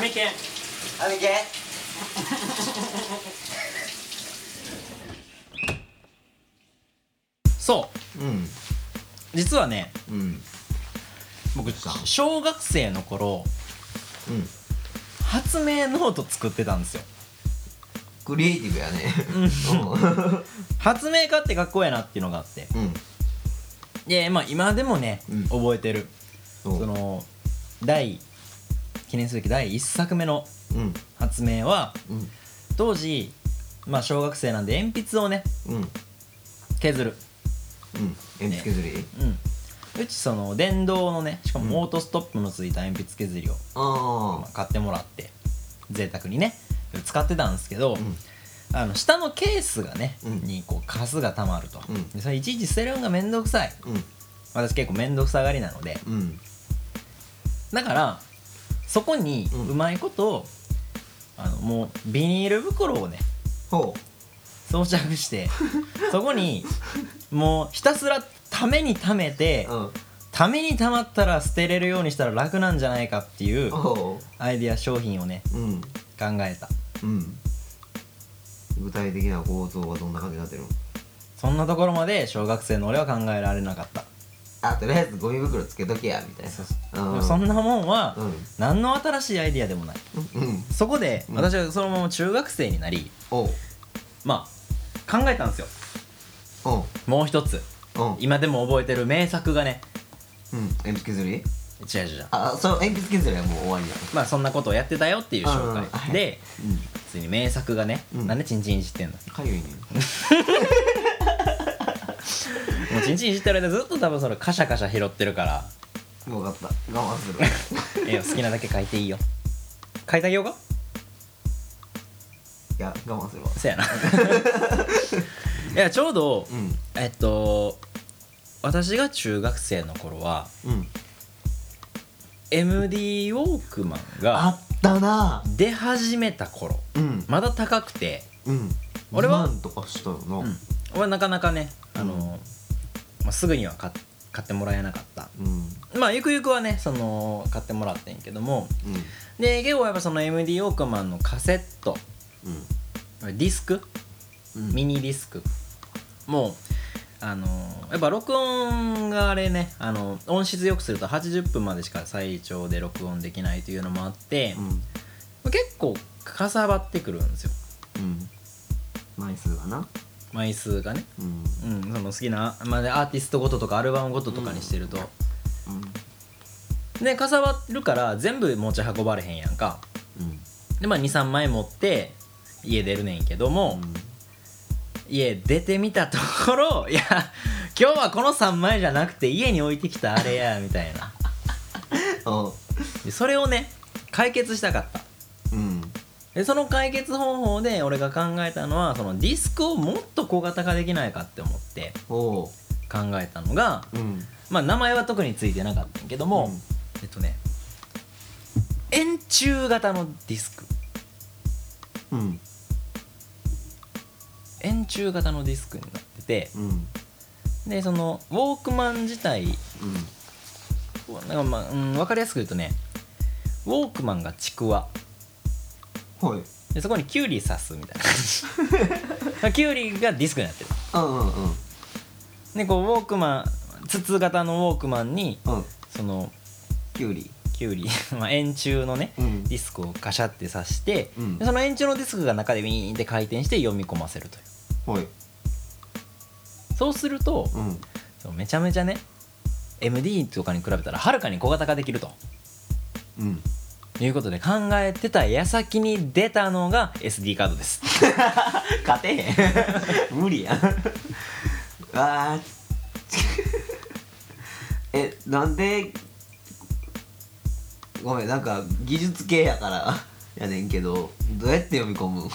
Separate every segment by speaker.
Speaker 1: メ犬
Speaker 2: あめけ
Speaker 1: そう
Speaker 2: うん
Speaker 1: 実はね
Speaker 2: うん
Speaker 1: 僕小学生の頃
Speaker 2: うん
Speaker 1: 発明ノート作ってたんですよ
Speaker 2: クリエイティブやねうん
Speaker 1: 発明家ってかっこええなっていうのがあって
Speaker 2: うん
Speaker 1: で、まあ、今でもね、
Speaker 2: うん
Speaker 1: 覚えてる
Speaker 2: そう
Speaker 1: その第記念すべき第1作目の
Speaker 2: うん
Speaker 1: 発明は
Speaker 2: うん
Speaker 1: 当時、まあ、小学生なんで鉛筆をね
Speaker 2: うんうん
Speaker 1: 削る、
Speaker 2: 鉛筆削り、
Speaker 1: うん、うちその電動のねしかもオートストップのついた鉛筆削りを、ま
Speaker 2: あ
Speaker 1: あ買ってもらって贅沢にね使ってたんですけど、
Speaker 2: あうん
Speaker 1: あの下のケースがね、
Speaker 2: うん
Speaker 1: にこうカスがたまると、
Speaker 2: うん
Speaker 1: でそれいちいち捨てるのが面倒くさい
Speaker 2: うん
Speaker 1: 私結構面倒くさがりなので
Speaker 2: うん
Speaker 1: だからそこに
Speaker 2: うん
Speaker 1: うまいことを、あのもうビニール袋をね
Speaker 2: ほ
Speaker 1: 装着してそこにもうひたすらためにためて
Speaker 2: ううん
Speaker 1: ためにたまったら捨てれるようにしたら楽なんじゃないかっていう
Speaker 2: ほ
Speaker 1: アイデア商品をね
Speaker 2: ううん
Speaker 1: 考えた
Speaker 2: うん具体的な構造はどんな感じになってるの
Speaker 1: そんなところまで小学生の俺は考えられなかった
Speaker 2: あとりあえずゴミ袋つけとけやみたいな
Speaker 1: そうそう
Speaker 2: う
Speaker 1: で
Speaker 2: ん
Speaker 1: もそんなもんは
Speaker 2: うん
Speaker 1: 何の新しいアイデアでもない
Speaker 2: うん
Speaker 1: そこで
Speaker 2: うん
Speaker 1: 私はそのまま中学生になり
Speaker 2: おう
Speaker 1: まあ考えたんですよ
Speaker 2: おう
Speaker 1: もう一つ
Speaker 2: おう
Speaker 1: 今でも覚えてる名作がね
Speaker 2: うん鉛筆削り
Speaker 1: 違う違う違う
Speaker 2: あその鉛筆削りはもう終わりだ
Speaker 1: まあそんなことをやってたよっていう紹
Speaker 2: うんは
Speaker 1: 介
Speaker 2: い
Speaker 1: で
Speaker 2: うん
Speaker 1: ついに名作がね
Speaker 2: うん
Speaker 1: なんでチンチンいじってんの
Speaker 2: かゆいね
Speaker 1: もうチンチンいじってる間ずっと多分それカシャカシャ拾ってるから
Speaker 2: もう分かった我慢する
Speaker 1: 絵を好きなだけ描いていいよ描いてあげようか
Speaker 2: いや我慢するわ
Speaker 1: そや ないやちょうど
Speaker 2: うん
Speaker 1: えっと私が中学生の頃は
Speaker 2: うん
Speaker 1: MD ウォークマンが
Speaker 2: あったな
Speaker 1: 出始めた頃
Speaker 2: うん
Speaker 1: まだ高くて、
Speaker 2: うん
Speaker 1: 俺は
Speaker 2: 2万とかしたよな
Speaker 1: うん、俺はなかなかね、
Speaker 2: うん
Speaker 1: あのまあ、すぐには買っ買ってもらえなかった
Speaker 2: うん
Speaker 1: まあゆくゆくはねその買ってもらってんけども
Speaker 2: うん
Speaker 1: で結構やっぱその MD オークマンのカセット
Speaker 2: うん
Speaker 1: ディスク
Speaker 2: うん
Speaker 1: ミニディスクもうあのやっぱ録音があれねあの音質良くすると80分までしか最長で録音できないというのもあって、
Speaker 2: うん
Speaker 1: 結構かさばってくるんですよ
Speaker 2: うん枚数がな
Speaker 1: 枚数がね、
Speaker 2: うん
Speaker 1: うん、その好きな、まあね、アーティストごととかアルバムごととかにしてると、
Speaker 2: うん
Speaker 1: でかさばってるから全部持ち運ばれへんやんか
Speaker 2: うん
Speaker 1: でまあ23枚持って家出るねんけども、家出てみたところ いや今日はこの3枚じゃなくて家に置いてきたあれや みたいな
Speaker 2: おう
Speaker 1: でそれをね解決したかった
Speaker 2: うん
Speaker 1: でその解決方法で俺が考えたのはそのディスクをもっと小型化できないかって思って
Speaker 2: おう
Speaker 1: 考えたのが
Speaker 2: うん
Speaker 1: まあ名前は特についてなかったんやけども、
Speaker 2: うん
Speaker 1: えっとね円柱型のディスク
Speaker 2: うん
Speaker 1: 円柱型のディスクになってて
Speaker 2: うん
Speaker 1: でそのウォークマン自体
Speaker 2: うん
Speaker 1: なんかまあ、うん、分かりやすく言うとねウォークマンがちくわ
Speaker 2: はい
Speaker 1: でそこにキュウリ刺すみたいな 感じキュウリがディスクになってる
Speaker 2: うんうんうん
Speaker 1: でこうウォークマン筒型のウォークマンに
Speaker 2: うん
Speaker 1: その
Speaker 2: きゅうり
Speaker 1: キュウリ まあ円柱のね
Speaker 2: うん
Speaker 1: ディスクをガシャって刺して、
Speaker 2: うん
Speaker 1: でその円柱のディスクが中でウィーンって回転して読み込ませるとい
Speaker 2: はい。
Speaker 1: うそうすると
Speaker 2: うん。
Speaker 1: そのめちゃめちゃね MD とかに比べたらはるかに小型化できると
Speaker 2: うん。
Speaker 1: いうことで考えてた矢先に出たのが SD カードです
Speaker 2: 勝てへん。無理やん。 あー。 え、なんで。ごめん、なんか技術系やから。 やねんけど、どうやって読み込 む。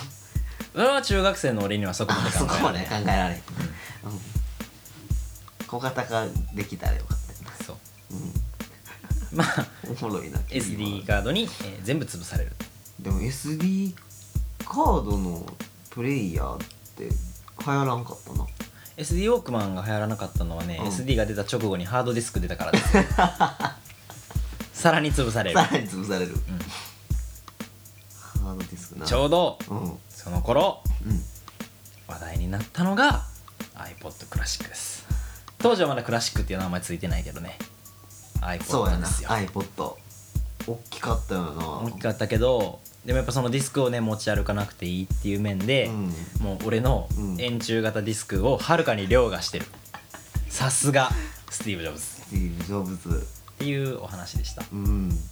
Speaker 1: それは中学生の俺にはそこま
Speaker 2: あ
Speaker 1: で
Speaker 2: そ
Speaker 1: 考
Speaker 2: こ
Speaker 1: え
Speaker 2: ま
Speaker 1: られ
Speaker 2: で考
Speaker 1: ない
Speaker 2: えられへん。うん小型化できたらよかったな。
Speaker 1: そう
Speaker 2: う
Speaker 1: まあ
Speaker 2: ん。おもろいな。
Speaker 1: SD カードに、えー全部潰される
Speaker 2: でも SD カードのプレイヤーって流行らんかったな
Speaker 1: SD ウォークマンが流行らなかったのはね、
Speaker 2: うん
Speaker 1: SD が出た直後にハードディスク出た からですさらに潰される
Speaker 2: さらに潰されるハードディスクな
Speaker 1: ちょうど
Speaker 2: うんうん
Speaker 1: その頃話題になったのが iPod クラシックです当時はまだクラシックっていう名前ついてないけどね
Speaker 2: そうや
Speaker 1: iPod で
Speaker 2: な
Speaker 1: すよ
Speaker 2: iPod 大きかったよな
Speaker 1: 大きかったけどでもやっぱそのディスクをね持ち歩かなくていいっていう面で、
Speaker 2: うん
Speaker 1: もう俺の
Speaker 2: うん
Speaker 1: 円柱型ディスクをはるかに凌駕してるさすがスティーブ・ジョブズ
Speaker 2: スティーブ・ジョブズ
Speaker 1: っていうお話でした
Speaker 2: うん